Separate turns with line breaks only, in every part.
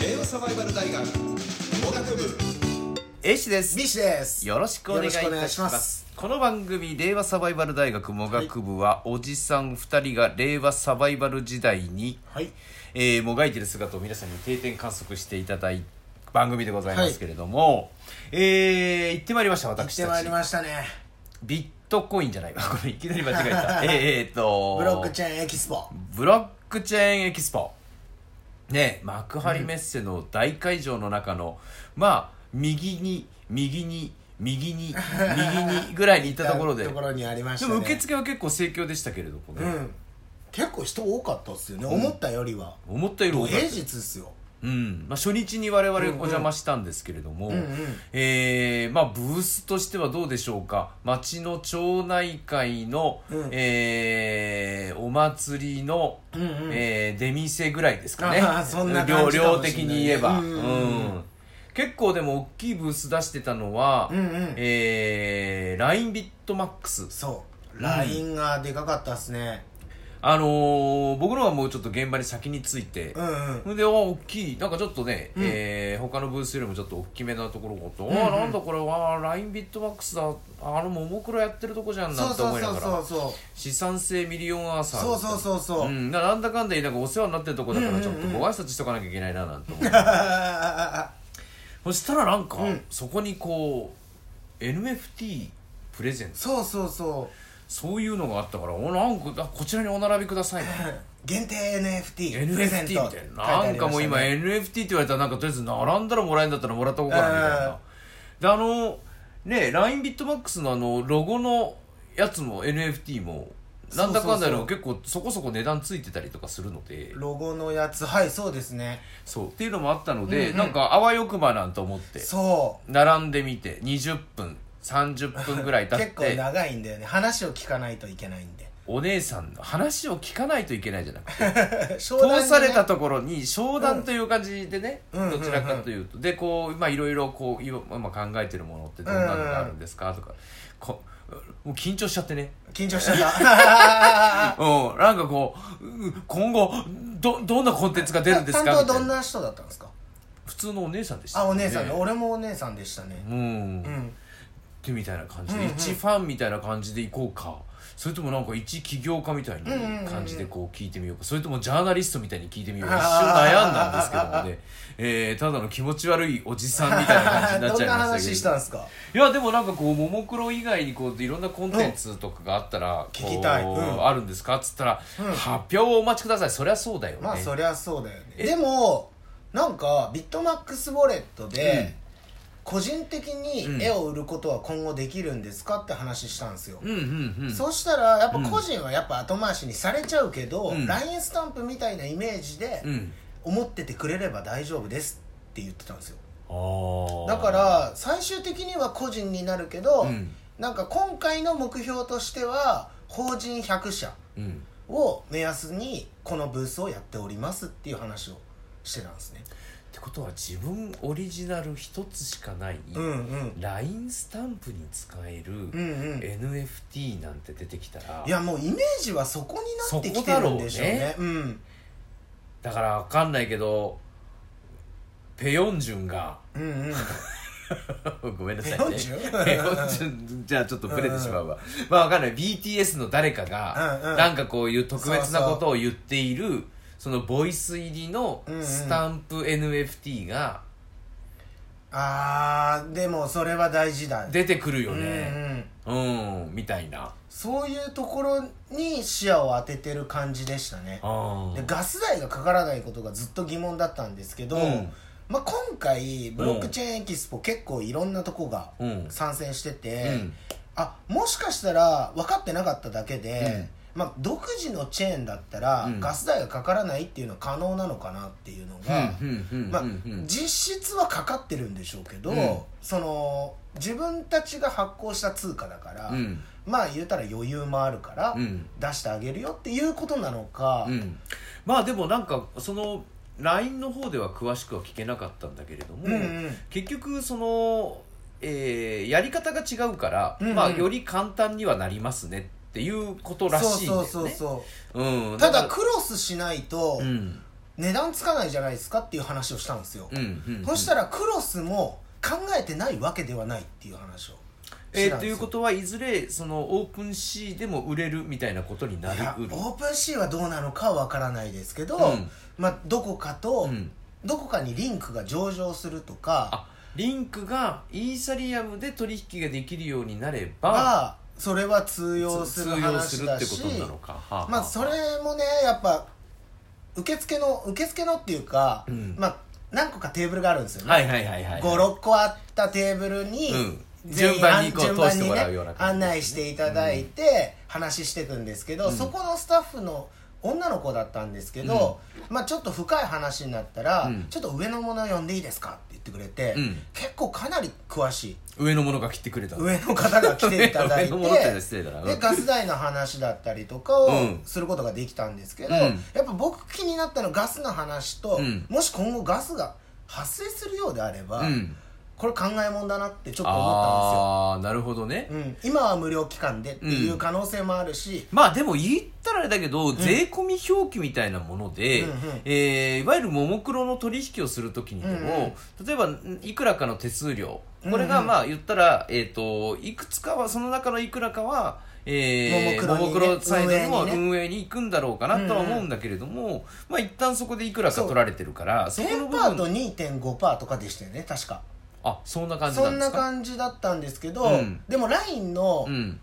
令和サバイバル大学農学部
エイシです
ミシです
よろしくお願いいたし
よろ
ま
くお願
すこの番組「令和サバイバル大学もがく部」は、おじさん2人が令和サバイバル時代に、
はい
えーもがいてる姿を皆さんに定点観測していただい番組でございますけれども、えー行ってまいりました
行
私
った
ち
てまいりましたね
ビットコインじゃないわこれいきなり間違えた えーえーっと
ブロックチェーンエキスポ
ブロックチェーンエキスポね幕張メッセの大会場の中の、まあ右に右に右に右にぐらいに行ったとこ ろで
ところにありまし
で
たね
も受付は結構盛況でしたけれども
う
ね、
ん結構人多かったっすよね、思ったよりは
思ったより多
もう
かった
平日っすよ
うんまあ、初日に我々お邪魔したんですけれども、えーまあ、ブースとしてはどうでしょうか町の町内会の、
うん
えーお祭りの、
うんうん
えー出店ぐらいですかね
あーそんな感じ
量
か
量
もしれない
的に言えば、
うんうんうん
うん結構でも大きいブース出してたのは、
うんうん
えー、ラインビットマックス
そう、LINE がでかかったっすね
あのー僕のはもうちょっと現場に先について、
うんうん
それであ大きいなんかちょっとね、えー他のブースよりもちょっと大きめなところがあって、あなんだこれはラインビットマックスだあのももクロやってるとこじゃんな
そ
ん
う
て
そ
思
う
いな
そう
が
そ
ら
うそう
資産性ミリオンアーサー
そうそうそうそう
う、ん、ななんだかんだ言いながらお世話になってるとこだからちょっとご挨拶しとかなきゃいけないななんて思って、 そしたらなんか、
うん
そこにこう NFT プレゼント
そうそうそ
そういうのがあったからおなんかあこちらにお並びくださいな
う限定 NFT プレゼ
NFT
ン
み
ト
たいななんかもう今
書いてあり
NFT って言われたらなんかとりあえず並んだらもらえんだったらもらったこうかなみたいなであのね LINE ビットマックスのあのロゴのやつも NFT もなんだかんだ
そ
の
う
結構そこそこ値段ついてたりとかするの
まし
で
たねロゴのやつはいそうですね
そうっていうのもあったので、なんかあわよくばなんて思って
そう
並んでみて20分30分ぐらい経っ
結構
て
長いんだよね話を聞かないといけないんで
お姉さんの話を聞かないといけないじゃなくて
通
通されたところに商談という感じでね、
うん
どちらかというと、でこうまあいろいろこう今まあ考えてるものってどんなのがあるんですかとかこもう緊張しちゃってね、
緊張しちゃった
うん、なんかこううん今後どどんなコンテンツが 出るんですか
担当
みた
ど
い
ん
な
な人だったんですか
普通のお姉さんでした、
あお姉さんね俺もお姉さんでしたね
うん、
う
っ
ん
てみたいな感じで、
うんうん
一ファンみたいな感じでいこうかそれともなんか一起業家みたいな感じでこう聞いてみようかそれともジャーナリストみたいに聞いてみようか一瞬悩んだんですけどもね、えーただの気持ち悪いおじさんみたいな感じになっ
ど
ちゃ
ん
い
な
ましたけ
話
ど
したんですか
いやでもなんかこうももクロ以外にこういろんなコンテンツとかがあったら、こう
聞きたいうん
あるんですかっつったら、発表をお待ちくださいそりゃそうだよね、
まあそりゃそうだよね
え
でもなんかビットマックスウォレット
うん
で個人的
うん
に絵を売ることは今後できるんですかって話したんですよ
うんうんうん
そしたらやっぱ個人はやっぱ後回しにされちゃうけど
うん
LINE スタンプみたいなイメージで
うん
思っててくれれば大丈夫ですって言ってたんですよ
あー
だから最終的には個人になるけど、
うん
なんか今回の目標としては法人100社
うん
を目安にこのブースをやっておりますっていう話をしてたんですね
ってことは自分オリジナル一つしかない、
うんうん
ライ LINE スタンプに使える、
うんうん
NFT なんて出てきたら
いやもうイメージはそこになってきてるんでしょうねうん
だからわかんないけどペヨンジュンが
うんうん
ごめんなさいね
ペヨンジュン
ペヨンジュンじゃあちょっとブレてしまうわ、まあわかんない BTS の誰かが、
うんうん
なんかこういう特別なことを言っているそのボイス入りの
うんうん
スタンプ NFT が
あーでもそれは大事だ
出てくるよ
うんう
ね
ん
うん、みたいな
そういうところに視野を当ててる感じでしたね
あ
でガス代がかからないことがずっと疑問だったんですけど、
うん
まあ、今回ブロックチェーンエキスポ結構いろんなとこが
うん
参戦してて、
うん
あもしかしたら分かってなかっただけで、まあ、独自のチェーンだったら
うん
ガス代がかからないっていうのは可能なのかなっていうのが、まあ、実質はかかってるんでしょうけど、
うん
その自分たちが発行した通貨だから、
うん
まあ言うたら余裕もあるから
うん
出してあげるよっていうことなのか、
うん、まあでもなんかその LINE の方では詳しくは聞けなかったんだけれども、
うんうん
結局その、えーやり方が違うから、
うんうん
まあ、より簡単にはなりますねっていうことらしいんだよね。
そうそうそうそう
うん、
た
だ
だ
か
クロスしないと、
らうん
値段つかないじゃないですかっていう話をしたんですよ、
うんうんうん
そしたらクロスも考えてないわけではないっていう話を
え
し
ー
たん
と
です
い
よ
うことはいずれそのオープンシーでも売れるみたいなことにないり
や
う
オ
る
ープンシーはどうなのかはわからないですけど、
うん
まあ、どこかと、
うん
どこかにリンクが上場するとか
あリンクがイーサリアムで取引ができるようになれば
がそれは通用す
通
る
用す
話
るっ
だ
て
し
ことなのか、はあはあ
まあそれもねやっぱ受付の受付のっていうか、
うん
まあ何個かテーブルがあるんですよね、
はいはいはいはい
56個あったテーブルに、
うん
全員
順番にこう
順番に
通してもらうような感じですね
案内していただいて、話していくんですけ
う
ど、
ん
そこのスタッフの女の子だったんですけど、まあちょっと深い話になったら、
うん
ちょっと上のもの呼んでいいですかって言ってくれて、
うん
結構かなり詳しい
上のものが切ってくれた
上の方が来ていただい て
上のものって失礼だなうん
でガス代の話だったりとかを
うん
することができたんですけど、
うん
やっぱ僕気になったのはガスの話と、
うん
もし今後ガスが発生するようであれば、
うん
これ考えもんだなってちょっと思っ
ああなるほどね、
たんですよ、うん、今は無料期間でっていう可能性もあるし、
まあでも言ったらあれだけど、税込み表記みたいなもので、
うんうん
えーいわゆるももクロの取引をするときにでも、例えばんいくらかの手数料これがまあ言ったら、えー、といくつかはその中のいくらかは、えー、
も
も
も
も
ク
ク
ロにね
ロサイドにも
運営に
運営に行くんだろうかなとは思うんだけれども、まあ一旦そこでいくらか取られてるからそこの
10%
部
と
分
2.5%とかでしたよね確か
あそんな感じ
そ
なんんで
な
すか
感じだったんですけど、
うん
でも LINE の、
うん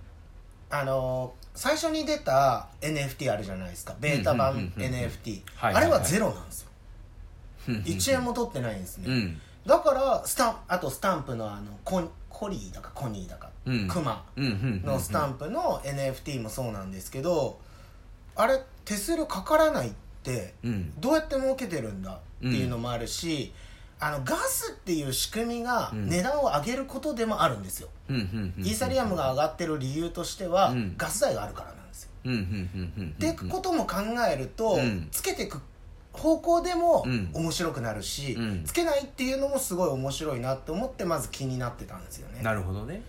あのー最初に出た NFT あるじゃないですかベータ
うんうん
版
うんうん
NFT
はい
あ
はい
れ
はい
はゼロなんですよ
うんうん
1円も取ってないんです
う
ね
ん
だからスタンあとスタンプのあのココリーだかコニーだか
うん
クマ
うんうん
のスタンプの NFT もそうなんですけどあれ手数料かからないって
うん
どうやって儲けてるんだっていうのもあるし、あのガスっていう仕組みが
うん
値段を上げることでもあるんですよ、
うんうんうん
イーサリアムが上がってる理由としては、
うん
ガス代があるからなんですよ、
うんうんうんうんうん
ってことも考えると、
うん
つけてく方向でも
うん
面白くなるし、
うん
つけないっていうのもすごい面白いなって思ってまず気になってたんですよね
なるほどね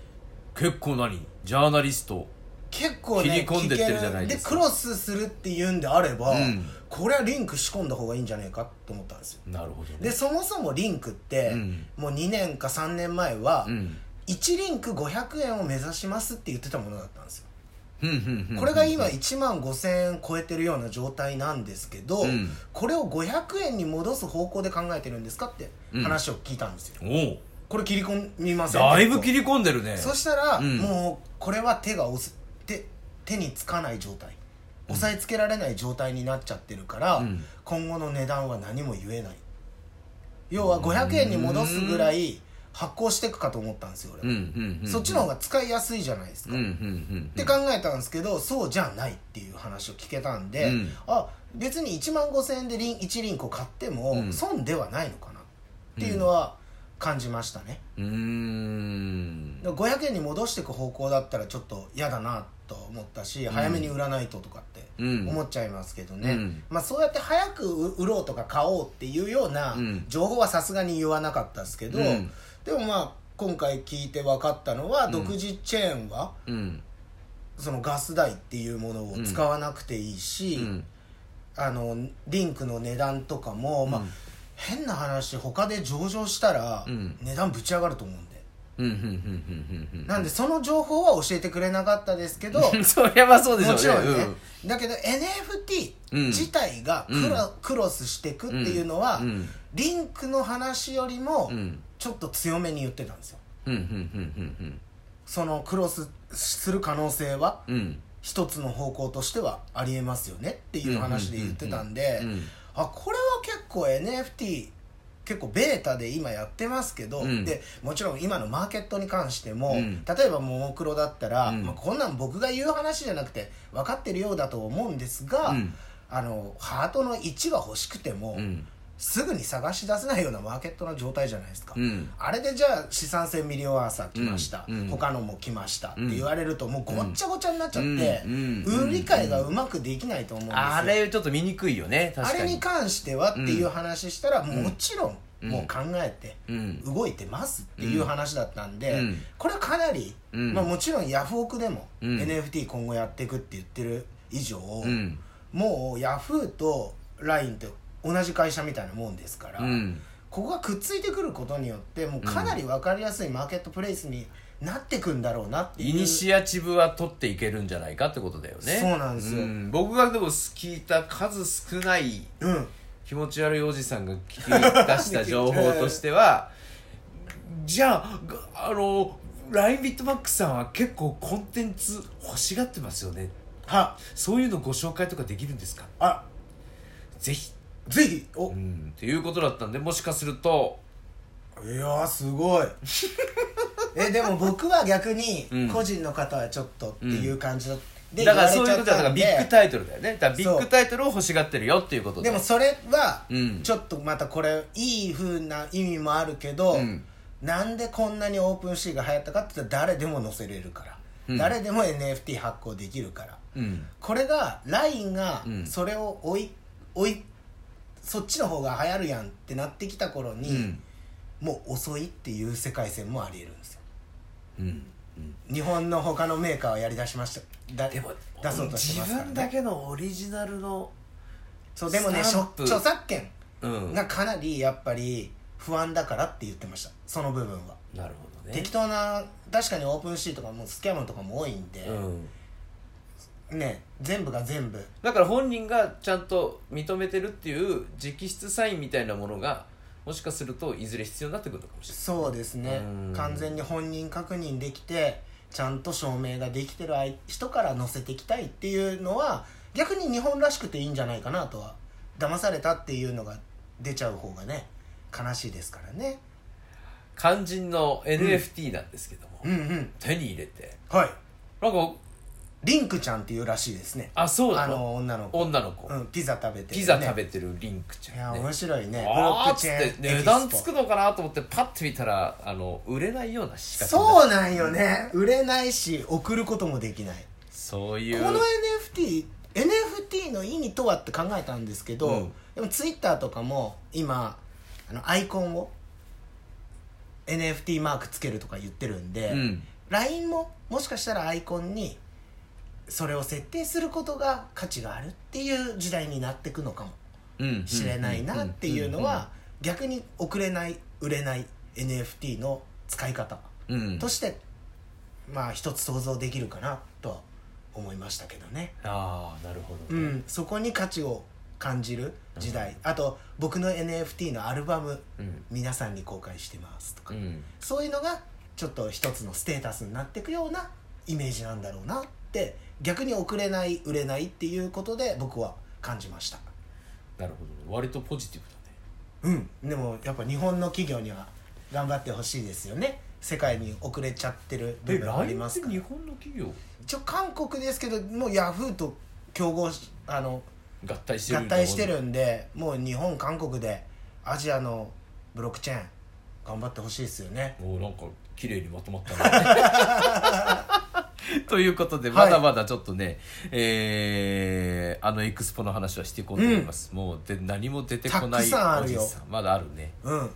結構何ジャーナリスト
結構ね
切り込んでってるじゃないですか
聞けるでクロスするっていうんであれば、
うん
これはリンク仕込んだ方がいいんじゃないかと思ったんですよ
なるほどね
でそもそもリンクって、
うん
もう2年か3年前は、
うん
1リンク500円を目指しますって言ってたものだったんですよ、
ふんふんふん
これが今1万5000円超えてるような状態なんですけど、
うん
これを500円に戻す方向で考えてるんですかって
うん
話を聞いたんですよ、
おう
これ切り込みません
だいぶ切
り
り込んでるね
そしたら、
うん
もうこれは手が押す手手につかない状態押さえつけられない状態になっちゃってるから、
うん
今後の値段は何も言えない要は500円に戻すぐらい発行していくかと思ったんですよ
う
俺
んう
は、
んうん
そっちの方が使いやすいじゃないで
う
す
ん
か、
うんう
っ
ん
て考えたんですけどそうじゃないっていう話を聞けたんで、
うん
あ別に1万5000円でリン1リンクを買っても
うん
損ではないのかなっていうのは感じましたね、
うーん
だから500円に戻していく方向だったらちょっと嫌だなと思ったし、早めに売らないととかって
うん
思っちゃいますけどね、
うん
まあ、そうやって早く売ろうとか買おうっていうような
うん
情報はさすがに言わなかったですけど、
うん
でもまあ今回聞いて分かったのは独自チェーンは
うん
そのガス代っていうものを使わなくていいし、
うん
あのリンクの値段とかも、まあ、変な話他で上場したら
うん
値段ぶち上がると思うんで。
うんうんうんうんうん
なんでその情報は教えてくれなかったですけど
うん そりゃまあそうでしょう
も
ね
ちろんね、
うん
だけど NFT
うん
自体がクロ,、クロスしていくっていうのは、
うんうん
リンクの話よりも
うん
ちょっと強めに言ってたんですよ
うんうんうん
そのクロスする可能性は
うんうん
一つの方向としてはありえますよねっていう話で言ってたんで、
うんうんうんうん
あこれは結構 NFT 結構ベータで今やってますけど、
うん
でもちろん今のマーケットに関しても、
うん
例えばももクロだったら、
うん
まあ、こんなん僕が言う話じゃなくて分かってるようだと思うんですが、
うん
あのハートの1が欲しくても、
うん
すぐに探し出せないようなマーケットの状態じゃないですか。
うん
あれでじゃあ資産性ミリオンアーサー来ました、
うんうん
他のも来ましたって
うん
言われるともうごっちゃごちゃになっちゃって、
うんうん
売り買いがうまくできないと思うんですよ
あれちょっと見にくいよね確
あ
かに
れに関してはっていう話したら、
ん
もちろん
うん
もう考えて
うん
動いてますっていう話だったんで、
うん
これはかなり、
うん
まあ、もちろんヤフオクでも
うん
NFT 今後やっていくって言ってる以上、
うん
もうヤフーと LINE と同じ会社みたいなもんですから、
うん
ここがくっついてくることによってもうかなり分かりやすいマーケットプレイスになってくんだろうなっていう
イニシアチブは取っていけるんじゃないかってことだよね
そうなんですよ
僕がでも聞いた数少ない
うん
気持ち悪いおじさんが聞き出した情報としては じゃあがあのラインビットマックさんは結構コンテンツ欲しがってますよね
は
そういうのご紹介とかできるんですか
あ
ぜひ
ぜひお
う
い
んっていうことだったんでもしかすると
やーす ごいえでも僕は逆に
うん
個人の方はちょっとっていう感じだで
だからそういうことだか
言わ
ら
れ
ビ
ちゃったんで
ッグタイトルだよねだからビッ
そ
グ
う
タイトルを欲しがってるよっていうこと
で
で
もそれは
うん
ちょっとまたこれいい風な意味もあるけど、
うん
なんでこんなにオープンシーが流行ったかって言ったら誰でも載せれるから、
うん
誰でも NFT 発行できるから
うん
これが LINE が
うん
それを追い追いそっちの方が流行るやんってなってきた頃
う
に、
ん
もう遅いっていう世界線もありえるんですよ
うん
日本の他のメーカーはやりだしましただ
でも
出そうとしてますから、ね、
自分だけのオリジナルの
そうでもね
ス
著
タンプ
著作権
うんな
がかなりやっぱり不安だからって言ってましたその部分は、
るほどね
適当な確かにオープンシーとかもスキャムとかも多いんで、
うん
ね全部が全部
だから本人がちゃんと認めてるっていう直筆サインみたいなものがもしかするといずれ必要になってくるのかもしれない
そうですね
うん
完全に本人確認できてちゃんと証明ができてる相人から載せていきたいっていうのは逆に日本らしくていいんじゃないかなとは騙されたっていうのが出ちゃう方がね悲しいですからね
肝心の NFT なんですけども、
うんうん
手に入れて
はい
なんか
リンクちゃんっていうらしいですね
あそうな
あ
の
の女の子、
女の子、
うん、ピザ食べてるね、
ピザ食べてるリンクち
い
ゃ
や
ん、ね、
面白いねブロ
あ
ッ
ー
ク
っ
チ
つ
ェ
っ
ーン
て値段つくのかなと思ってパッて見たらあの売れないような仕掛け
そうなんよね売れないし送ることもできない
そういう
この NFT NFT の意味とはって考えたんですけど、
うん
でもツイッターとかも今あのアイコンを NFT マークつけるとか言ってるんで、
うん
LINE ももしかしたらアイコンにそれを設定することが価値があるっていう時代になってくのかも
うん
しれないなっていうのは逆に遅れない売れない NFT の使い方
うんうんうん
としてまあ一つ想像できるかなとは思いましたけどね。
ああなるほどね、
うん、そこに価値を感じる時代、あと僕の NFT のアルバム、
うん
皆さんに公開してますとか、
うん
そういうのがちょっと一つのステータスになっていくようなイメージなんだろうなって逆に遅れない売れないっていうことで僕は感じました
なるほど割とポジティブだね
うんでもやっぱ日本の企業には頑張ってほしいですよね世界に遅れちゃってる部
で
分あ
LINE
りま
っ
す
て
から
日本の企業
一応韓国ですけどもうヤフーと競合しあの
合体してる
合体してるんでもう日本韓国でアジアのブロックチェーン頑張ってほしいですよね
おーなんか綺麗にまとまったね ということでまだまだちょっとね、えーあのエクスポの話はしていこうと思います、もうで何も出てこない
たくさんあるよ
おじさんまだあるね
うん